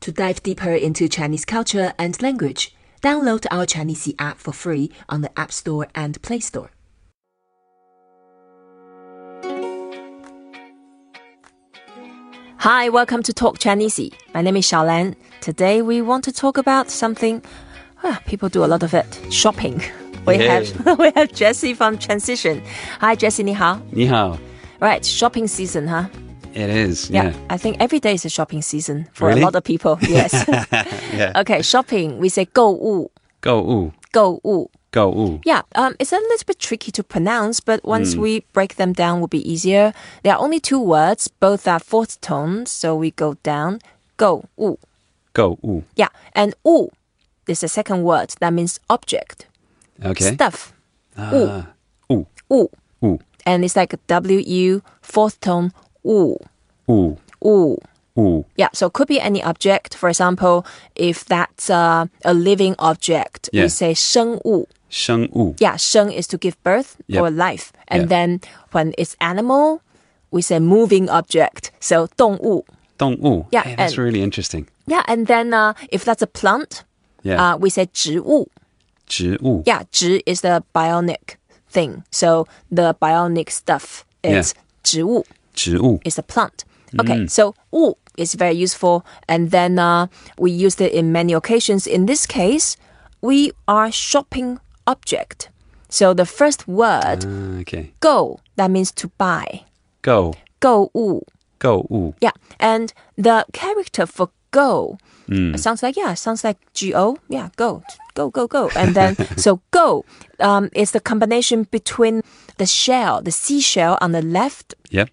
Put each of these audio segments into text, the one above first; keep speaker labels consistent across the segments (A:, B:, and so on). A: To dive deeper into Chinese culture and language, download our Chinese app for free on the App Store and Play Store. Hi, welcome to Talk Chinese. My name is Xiaolan. Today we want to talk about something ah, people do a lot of it shopping. We
B: Yay.
A: have we have Jessie from Transition. Hi, Jessie, 你好.
B: Ni hao.
A: Right, shopping season, huh?
B: It is.
A: Yeah,
B: Yeah.
A: I think every day is a shopping season for
B: Really?
A: a lot of people. Yes.
B: Yeah.
A: okay, shopping. We say 购物,
B: Go oo.
A: 购物.
B: Go oo.
A: Yeah, um, it's a little bit tricky to pronounce, but once
B: Hmm.
A: we break them down, will be easier. There are only two words, both are fourth tone, so we go down. 购物.
B: Go oo.
A: Yeah, and 物 is the second word that means object,
B: Okay.
A: stuff.
B: Ah. Ooh.
A: 物.
B: Ooh.
A: And it's like W U fourth tone 物
B: Ooh.
A: 物.
B: Ooh.
A: Yeah, so it could be any object. For example, if that's uh, a living object,
B: Yeah.
A: we say 生物.
B: Sheng oo.
A: Yeah, 生 is to give birth
B: Yep.
A: or life. And
B: Yeah.
A: then when it's animal, we say moving object. So 动物.
B: Dong oo.
A: Yeah, uh,
B: Hey, that's
A: and-
B: really interesting.
A: Yeah, and then uh, if that's a plant,
B: Yeah.
A: uh, we say 植物.
B: Zhi oo.
A: Yeah, 植 is the bionic thing. So the bionic stuff is 植物.
B: Zhi oo.
A: is the plant. Okay, so 物 is very useful, and then uh, we used it in many occasions. In this case, we are shopping object. So the first word
B: Ah, okay.
A: go that means to buy.
B: Go.
A: Go 物
B: Go oo.
A: yeah, and the character for go sounds like yeah, sounds like G O. Yeah, go, go, go, go, and then so go um, is the combination between the shell, the seashell on the left,
B: Yep.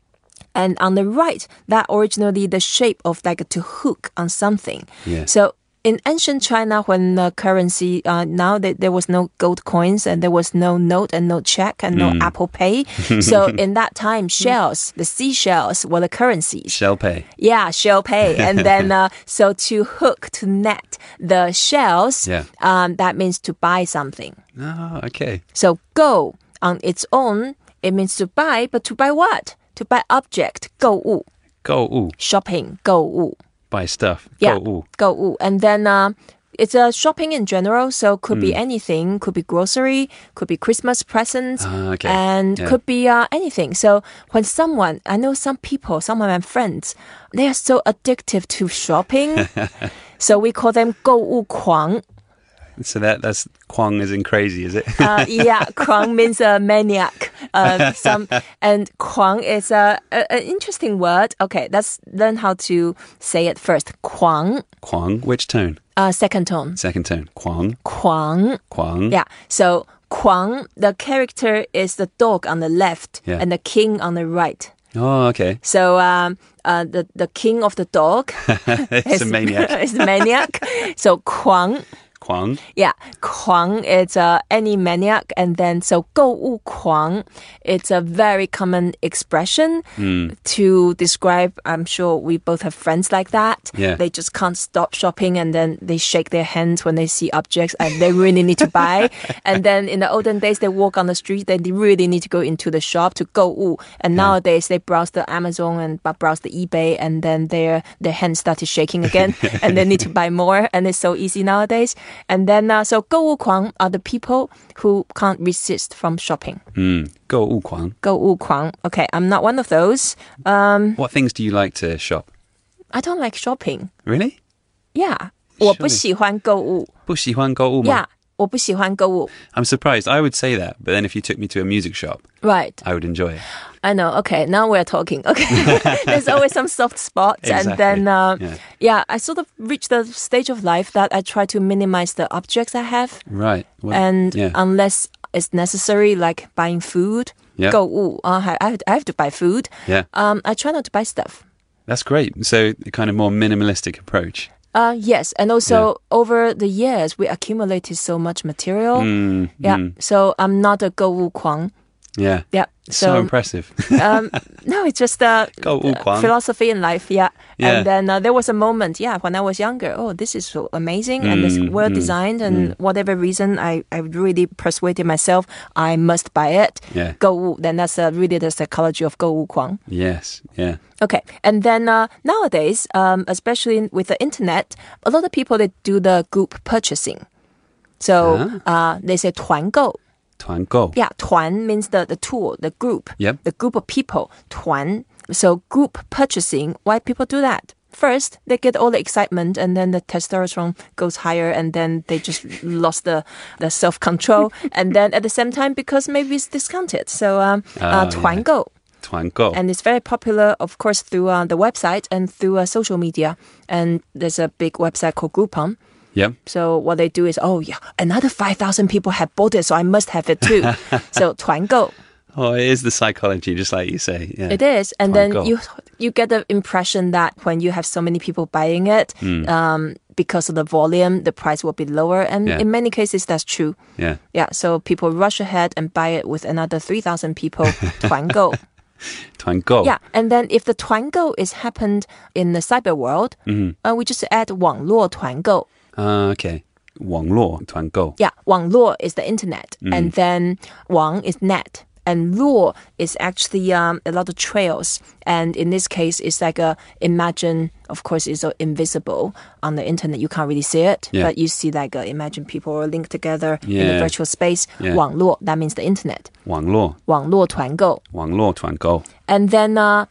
A: and on the right that originally the shape of like to hook on something
B: Yeah.
A: so in ancient china when the currency uh, now that there was no gold coins and there was no note and no check and
B: Mm.
A: no apple pay so in that time shells the seashells were the currencies
B: Shell pay.
A: yeah, shell pay. And then, uh, so to hook, to net the shells,
B: Yeah.
A: um, that means to buy something.
B: Oh, okay.
A: So go on its own, it means to buy, but to buy what? To buy object, 购物,
B: Go oo.
A: shopping, 购物.
B: Buy stuff.
A: Yeah,
B: Go oo.
A: 购物. And then uh, it's uh, shopping in general, so could be
B: Hmm。
A: anything, could be grocery, could be Christmas presents,
B: Ah, okay.
A: and
B: Yeah.
A: could be uh, anything. So when someone, I know some people, some of my friends, they are so addictive to shopping. so we call them 购物狂.
B: So that that's Kwang isn't crazy, is it?
A: Uh, yeah, 狂 means a maniac. Uh, some and 狂 is a, a an interesting word. Okay, let's learn how to say it first. 狂,
B: Kwang. Which tone?
A: uh, second tone.
B: Second tone. Kwang.
A: 狂.
B: Kwang.
A: Yeah. So Kwang, the character is the dog on the left
B: Yeah.
A: and the king on the right.
B: Oh, okay.
A: So um, uh, the the king of the dog
B: it's a maniac.
A: is maniac. So Kwang,
B: Kwang.
A: yeah, Kwang is uh, any maniac, and then so 购物 Kwang, it's a very common expression
B: Hmm.
A: to describe. I'm sure we both have friends like that.
B: Yeah.
A: They just can't stop shopping, and then they shake their hands when they see objects and they really need to buy. and then in the olden days, they walk on the street, they really need to go into the shop to 购物. And nowadays, they browse the Amazon and b- browse the eBay, and then their their hands started shaking again, and they need to buy more. And it's so easy nowadays. And then uh, so 购物狂 are the people who can't resist from shopping.
B: Hmm. Go oo. Kwang.
A: 购物狂. Okay, I'm not one of those. Mm.
B: What things do you like to shop?
A: I don't like shopping.
B: Really?
A: Yeah.
B: Surely.
A: 我不喜欢购物.
B: 不喜欢购物吗?
A: Yeah. 我不喜欢购物.
B: I'm surprised. I would say that, but then if you took me to a music shop,
A: Right.
B: I would enjoy it.
A: I know. Okay, now we're talking. Okay, there's always some soft spots, and then uh,
B: Exactly, yeah.
A: I sort of reached the stage of life that I try to minimize the objects I have,
B: Right. Well,
A: and um,
B: yeah.
A: unless it's necessary, like buying food,
B: Yeah.
A: go ooh, uh, I, I have- I have to buy food.
B: Yeah.
A: Um, I try not to buy stuff.
B: That's great. So, a kind of more minimalistic approach.
A: Uh, yes, and also over the years we accumulated so much material. yeah, so I'm not a go ooh kwang.
B: Yeah.
A: Yeah,
B: So,
A: so
B: impressive.
A: um, no, it's just uh,
B: Go ooh kwang.
A: philosophy in life. Yeah,
B: Yeah.
A: And then uh, there was a moment, yeah, when I was younger, oh, this is so amazing and it's
B: Mm,
A: well
B: mm,
A: designed. And whatever reason, I, I really persuaded myself I must buy it.
B: Yeah.
A: Go Wu, then that's uh, really the psychology of Go Wu Kuang.
B: Yes. Yeah.
A: Okay, and then uh, nowadays, um, especially with the internet, a lot of people they do the group purchasing. So uh, they say 团购.
B: Tuan go.
A: Yeah, 团 means the, the tool, the group,
B: Yep.
A: the group of people. 团. So group purchasing, why people do that? First, they get all the excitement and then the testosterone goes higher and then they just lost the, the self-control. and then at the same time, because maybe it's discounted. So um, uh,
B: Oh, yeah.
A: 团购
B: Tuan go.
A: and it's very popular, of course, through uh, the website and through uh, social media. And there's a big website called Groupon.
B: Yep.
A: So what they do is, oh yeah, another five thousand people have bought it, so I must have it too. so 团购
B: Oh, it is the psychology, just like you say. Yeah.
A: it is, and then
B: 团购.
A: you you get the impression that when you have so many people buying it, um, because of the volume, the price will be lower, and
B: Yeah.
A: in many cases that's true.
B: Yeah.
A: Yeah, so people rush ahead and buy it with another three thousand people 团购.
B: Tuan go.
A: Yeah, and then if the 团购 is happened in the cyber world, uh, we just add 网络团购.
B: Ah, okay. Wang luo. Tuan go.
A: Yeah, 网络 is the internet,
B: Mm.
A: and then 网 is net, and 络 is actually um, a lot of trails. And in this case, it's like a imagine. Of course, it's uh, invisible on the internet; you can't really see it,
B: Yeah.
A: but you see like uh, imagine people are linked together in a
B: Yeah.
A: virtual space.
B: Yeah.
A: 网络 that means the internet.
B: Wang luo.
A: 网络团购.
B: Wang luo. Tuan go.
A: and then uh,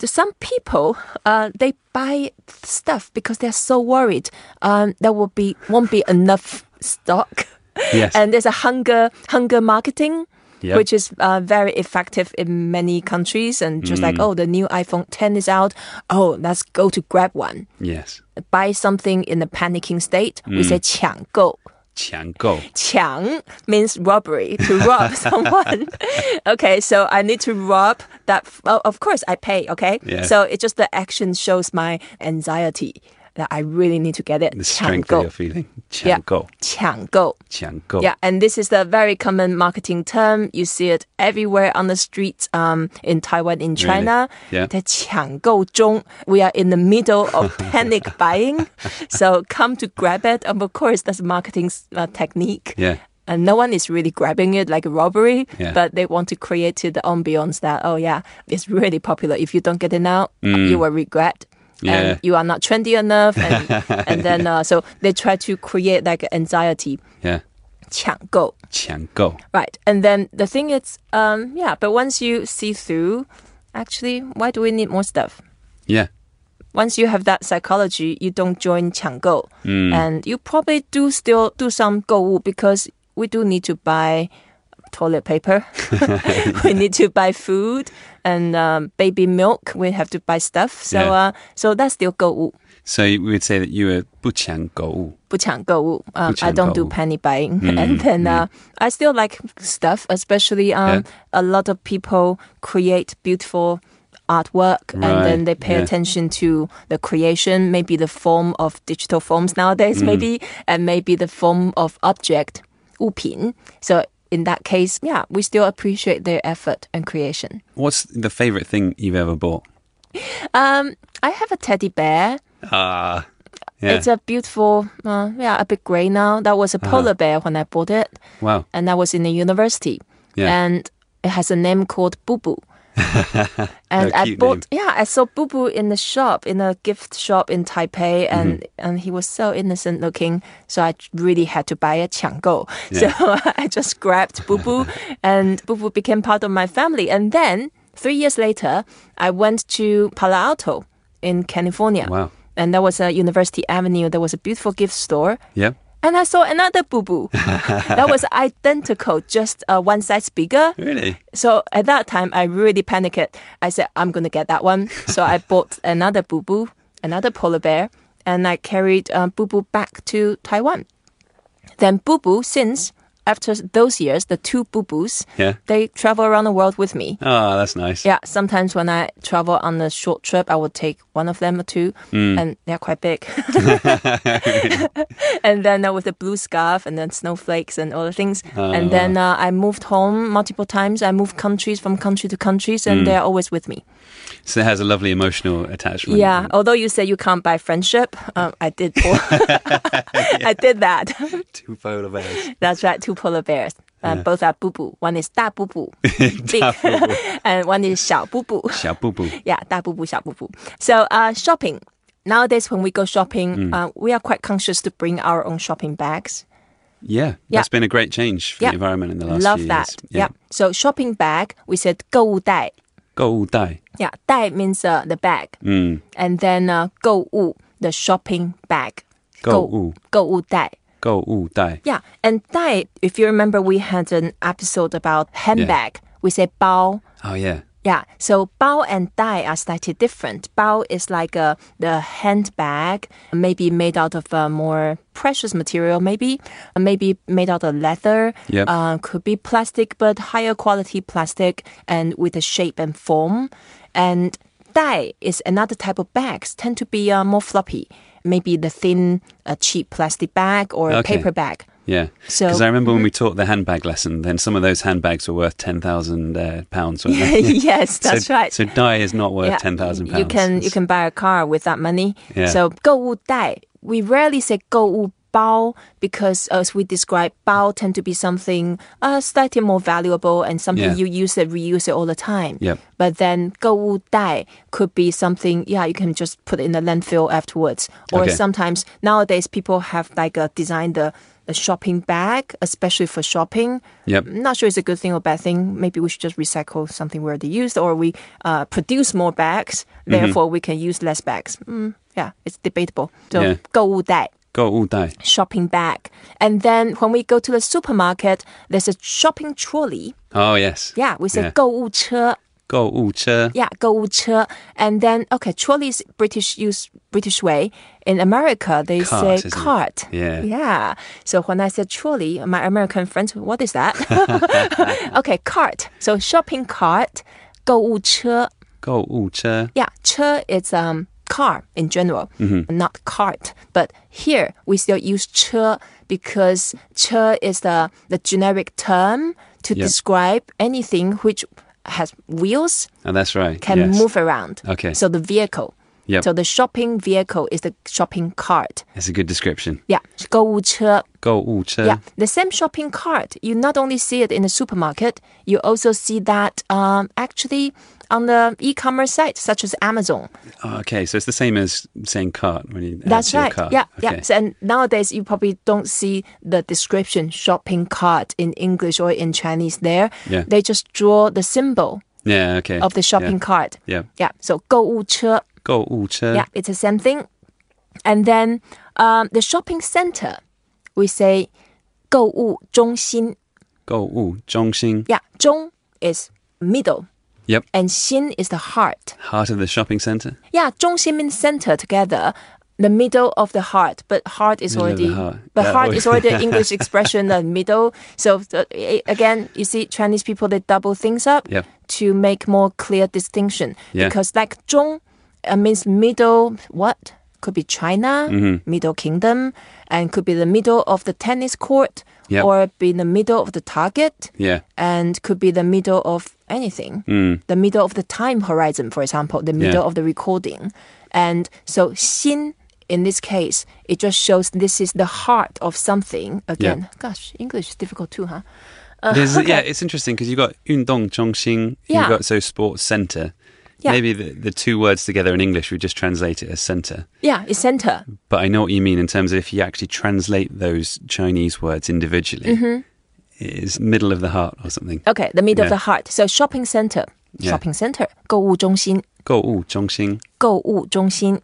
A: to some people uh, they buy stuff because they're so worried um, there will be won't be enough stock
B: Yes.
A: and there's a hunger hunger marketing
B: Yep.
A: Which is uh, very effective in many countries, and just
B: Mm.
A: like oh, the new iPhone 10 is out. Oh, let's go to grab one,
B: yes.
A: buy something in a panicking state. We
B: Mm.
A: say 抢购.
B: Qiang go.
A: 抢 means robbery to rob someone. okay, so I need to rob that. Oh, of course, I pay. Okay,
B: Yeah.
A: so it just the action shows my anxiety that I really need to get it.
B: The strength of your feeling.
A: Yeah.
B: Qiang go.
A: 抢购.
B: Qiang go.
A: Yeah, and this is the very common marketing term. You see it everywhere on the streets um, in Taiwan, in China.
B: Yeah.
A: The 抢购中, we are in the middle of panic buying. So come to grab it. And of course, that's a marketing uh, technique.
B: Yeah.
A: And no one is really grabbing it like a robbery,
B: Yeah.
A: but they want to create to the ambience that, oh, yeah, it's really popular. If you don't get it now, you will regret.
B: Mm. Yeah.
A: And you are not trendy enough. And, and then, uh, so they try to create like anxiety.
B: Yeah.
A: 抢购.
B: Qiang go.
A: Right. And then the thing is, um, yeah, but once you see through, actually, why do we need more stuff?
B: Yeah.
A: Once you have that psychology, you don't join 抢购. And you probably do still do some 购物 because we do need to buy toilet paper. we need to buy food and um, baby milk. We have to buy stuff. So
B: Yeah.
A: uh, so that's still 购物.
B: So we would say that you were bu qiang go.
A: 不抢购物. Um, I
B: 不抢购物。
A: don't do penny buying, and then uh, I still like stuff, especially um, a lot of people create beautiful artwork, and then
B: Right,
A: they pay
B: yeah.
A: attention to the creation, maybe the form of digital forms
B: Mm.
A: nowadays, maybe, and maybe the form of object, 物品. So in that case, yeah, we still appreciate their effort and creation.
B: What's the favorite thing you've ever bought?
A: Um, I have a teddy bear.
B: Ah. yeah.
A: It's a beautiful, uh, yeah, a bit gray now. That was a
B: Uh-huh.
A: polar bear when I bought it.
B: wow.
A: and I was in a university.
B: Yeah.
A: And it has a name called Boo Boo. and
B: A
A: I
B: cute
A: bought yeah, I saw Boo Boo in the shop, in a gift shop in Taipei
B: Mm-hmm.
A: and and he was so innocent looking, so I really had to buy a 抢购. So I just grabbed Boo Boo and Boo Boo became part of my family. And then 3 years later, I went to Palo Alto in California.
B: Wow.
A: And there was a University Avenue, there was a beautiful gift store.
B: Yeah.
A: And I saw another boo boo that was identical, just uh, one size bigger.
B: Really?
A: So at that time, I really panicked. I said, I'm going to get that one. So I bought another boo boo, another polar bear, and I carried uh, boo boo back to Taiwan. Then boo boo, since after those years, the two boo boos,
B: Yeah.
A: they travel around the world with me.
B: Ah, that's nice.
A: Yeah, sometimes when I travel on a short trip, I will take one of them or two, and they're quite big. and then uh, with a blue scarf, and then snowflakes, and all the things. And then uh, I moved home multiple times. I moved countries from country to countries, and they're always with me.
B: So it has a lovely emotional attachment.
A: Yeah, although you say you can't buy friendship, um, I did. Pull- I did that.
B: Two polar bears.
A: That's right, two polar bears. Uh, Both are boo boo. One is 大 boo boo, big, and one is 小 boo boo.
B: Shabubu.
A: Yeah, 大步步小步步. So uh, shopping. Nowadays, when we go
B: Mm.
A: shopping, uh, we are quite conscious to bring our own shopping bags.
B: Yeah,
A: Yeah.
B: That's been a great change for
A: Yeah.
B: the environment in the last
A: Love
B: few
A: that.
B: years.
A: Yeah. So shopping bag, we said 购物袋.
B: Go die.
A: Yeah, 袋 means uh, the bag.
B: Mm.
A: And then uh, 购物, the shopping bag.
B: 购物.
A: 购物袋.
B: Go die.
A: Yeah. And 袋, if you remember, we had an episode about handbag. We say 包.
B: Oh yeah.
A: Yeah, so bao and dai are slightly different. Bao is like a, the handbag, maybe made out of a more precious material, maybe uh, maybe made out of leather.
B: Yep.
A: Uh, could be plastic, but higher quality plastic and with a shape and form. And dai is another type of bags, tend to be uh, more floppy, maybe the thin, uh, cheap plastic bag or
B: Okay.
A: paper bag.
B: Yeah.
A: So- mm-hmm.
B: Because I remember when we taught the handbag lesson, then some of those handbags were worth ten thousand uh, pounds. weren't they?
A: yes, that's
B: so,
A: right.
B: So die is not worth ten thousand pounds.
A: You can you can buy a car with that money.
B: Yeah.
A: So 购物袋, we rarely say 购物包 because as we describe, 包 tend to be something uh, slightly more valuable and something
B: Yeah.
A: you use it, reuse it all the time.
B: Yep.
A: But then 购物袋 could be something, yeah, you can just put it in the landfill afterwards. Or
B: Okay.
A: sometimes nowadays people have like a designed a, a shopping bag, especially for shopping.
B: Yep.
A: I'm not sure it's a good thing or bad thing. Maybe we should just recycle something we already used, or we uh, produce more bags,
B: Mm-hmm.
A: therefore we can use less bags. Mm, yeah, it's debatable. So
B: Yeah.
A: 购物袋,
B: Go die.
A: shopping bag, and then when we go to the supermarket, there's a shopping trolley.
B: Oh yes.
A: Yeah, we say
B: Yeah.
A: 购物车.
B: Go ucha.
A: Yeah, 购物车. And then okay, trolley is British use British way. In America, they
B: Cart,
A: say
B: isn't it?
A: cart.
B: Yeah.
A: Yeah. So when I said trolley, my American friends, what is that? okay, cart. So shopping cart, 购物车.
B: Go Oh, ucha.
A: Yeah, 车 is um car in general,
B: Mm-hmm.
A: not cart. But here we still use 车 because 车 is the the generic term to
B: Yeah.
A: describe anything which has wheels
B: Oh, that's right.
A: can
B: yes.
A: move around.
B: Okay.
A: So the vehicle.
B: Yep.
A: So the shopping vehicle is the shopping cart.
B: That's a good description.
A: Yeah. 购物车.
B: Go ucha.
A: Yeah. The same shopping cart, you not only see it in the supermarket, you also see that um, actually on the e-commerce site such as Amazon.
B: Oh, okay, so it's the same as saying cart when you add
A: That's
B: to your
A: right.
B: cart.
A: Yeah,
B: okay.
A: yeah. So, and nowadays you probably don't see the description shopping cart in English or in Chinese there.
B: Yeah.
A: They just draw the symbol
B: Yeah, okay.
A: of the shopping cart.
B: Yeah.
A: Yeah. So 购物车.
B: Go ucha.
A: Yeah, it's the same thing. And then um, the shopping center, we say 购物中心.
B: Go u zhongxing.
A: Yeah, 中 is middle
B: Yep.
A: and 心 is the heart.
B: Heart of the shopping center.
A: Yeah, 中心 means center together. The middle of the heart, but heart is
B: Middle of the
A: already,
B: heart.
A: but
B: Yeah,
A: heart
B: oh.
A: is already an English expression, the middle. So uh, eh, again, you see Chinese people they double things up
B: Yep.
A: to make more clear distinction.
B: Yeah.
A: Because like 中 uh, means middle, what could be China,
B: Mm-hmm.
A: Middle Kingdom, and could be the middle of the tennis court,
B: Yep.
A: or be the middle of the target
B: Yeah.
A: and could be the middle of anything,
B: Mm.
A: the middle of the time horizon, for example, the middle of the recording. And so, xin in this case, it just shows this is the heart of something. Again, gosh, English is difficult too, huh?
B: There's- Yeah, it's interesting because you've got yundong zhongxing,
A: Uh, Yeah.
B: you've got so sports center.
A: Yeah.
B: Maybe the, the two words together in English, we just translate it as center.
A: Yeah, it's center.
B: But I know what you mean in terms of if you actually translate those Chinese words individually,
A: Mm-hmm.
B: it's middle of the heart or something.
A: Okay, the middle of
B: Yeah.
A: the heart. So, shopping center,
B: Yeah.
A: shopping center, 购物中心,
B: Go u zhongxing.
A: 购物中心.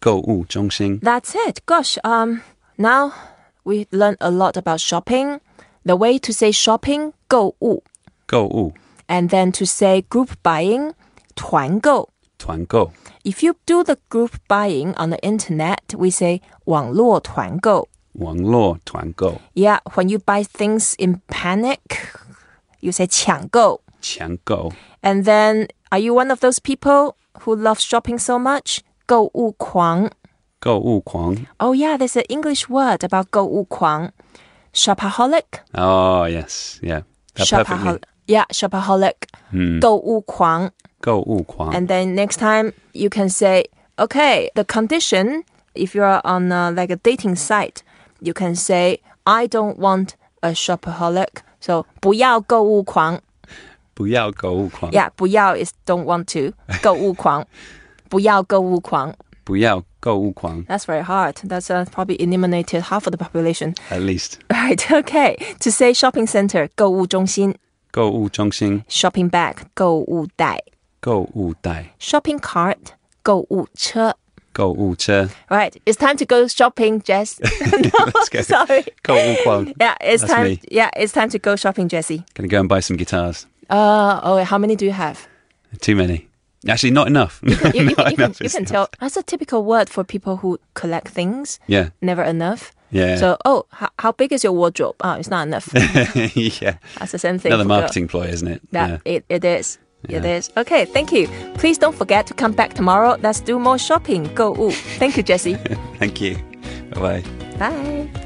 B: Go u zhongxing.
A: That's it. Gosh, um, now we learned a lot about shopping. The way to say shopping, 购物.
B: Go u.
A: and then to say group buying, 团购.
B: Tuan go.
A: If you do the group buying on the internet, we say 网络团购.
B: 网络团购
A: Yeah, when you buy things in panic, you say 抢购.
B: 抢购
A: And then, are you one of those people who love shopping so much? 购物狂.
B: 购物狂
A: Oh yeah, there's an English word about 购物狂. Shopaholic.
B: Oh yes, yeah, that perfectly. Hmm.
A: Shopaholic. Yeah, shopaholic. 购物狂.
B: 购物狂
A: And then next time you can say, okay, the condition, if you're on uh like a dating site, you can say, I don't want a shopaholic. So 不要购物狂.
B: 不要购物狂
A: Yeah, 不要 is don't want to. 购物狂.不要购物狂. That's very hard. That's uh, probably eliminated half of the population.
B: at least
A: Right, okay. To say shopping center, 购物中心, shopping bag, 购物袋, shopping cart, 购物车.
B: 购物中心购物袋购物车
A: Right, it's time to go shopping, Jess.
B: Let's go.
A: Oh, Sorry.
B: 购物狂
A: Yeah, it's
B: That's
A: time.
B: me.
A: Yeah, it's time to go shopping, Jesse.
B: Gonna go and buy some guitars.
A: Uh, oh, how many do you have?
B: Too many. Actually, not enough.
A: You, you,
B: Not
A: you can,
B: enough
A: you
B: is
A: can
B: enough.
A: tell. That's a typical word for people who collect things.
B: Yeah,
A: Never enough.
B: yeah,
A: So, oh, how, how big is your wardrobe? Oh, it's not enough.
B: yeah.
A: That's the same thing.
B: Another
A: for girls.
B: marketing ploy, isn't it?
A: That it, it is. It is. Okay, thank you. Please don't forget to come back tomorrow. Let's do more shopping. Go. Thank you, Jesse.
B: Yeah. Thank you. Bye bye.
A: Bye.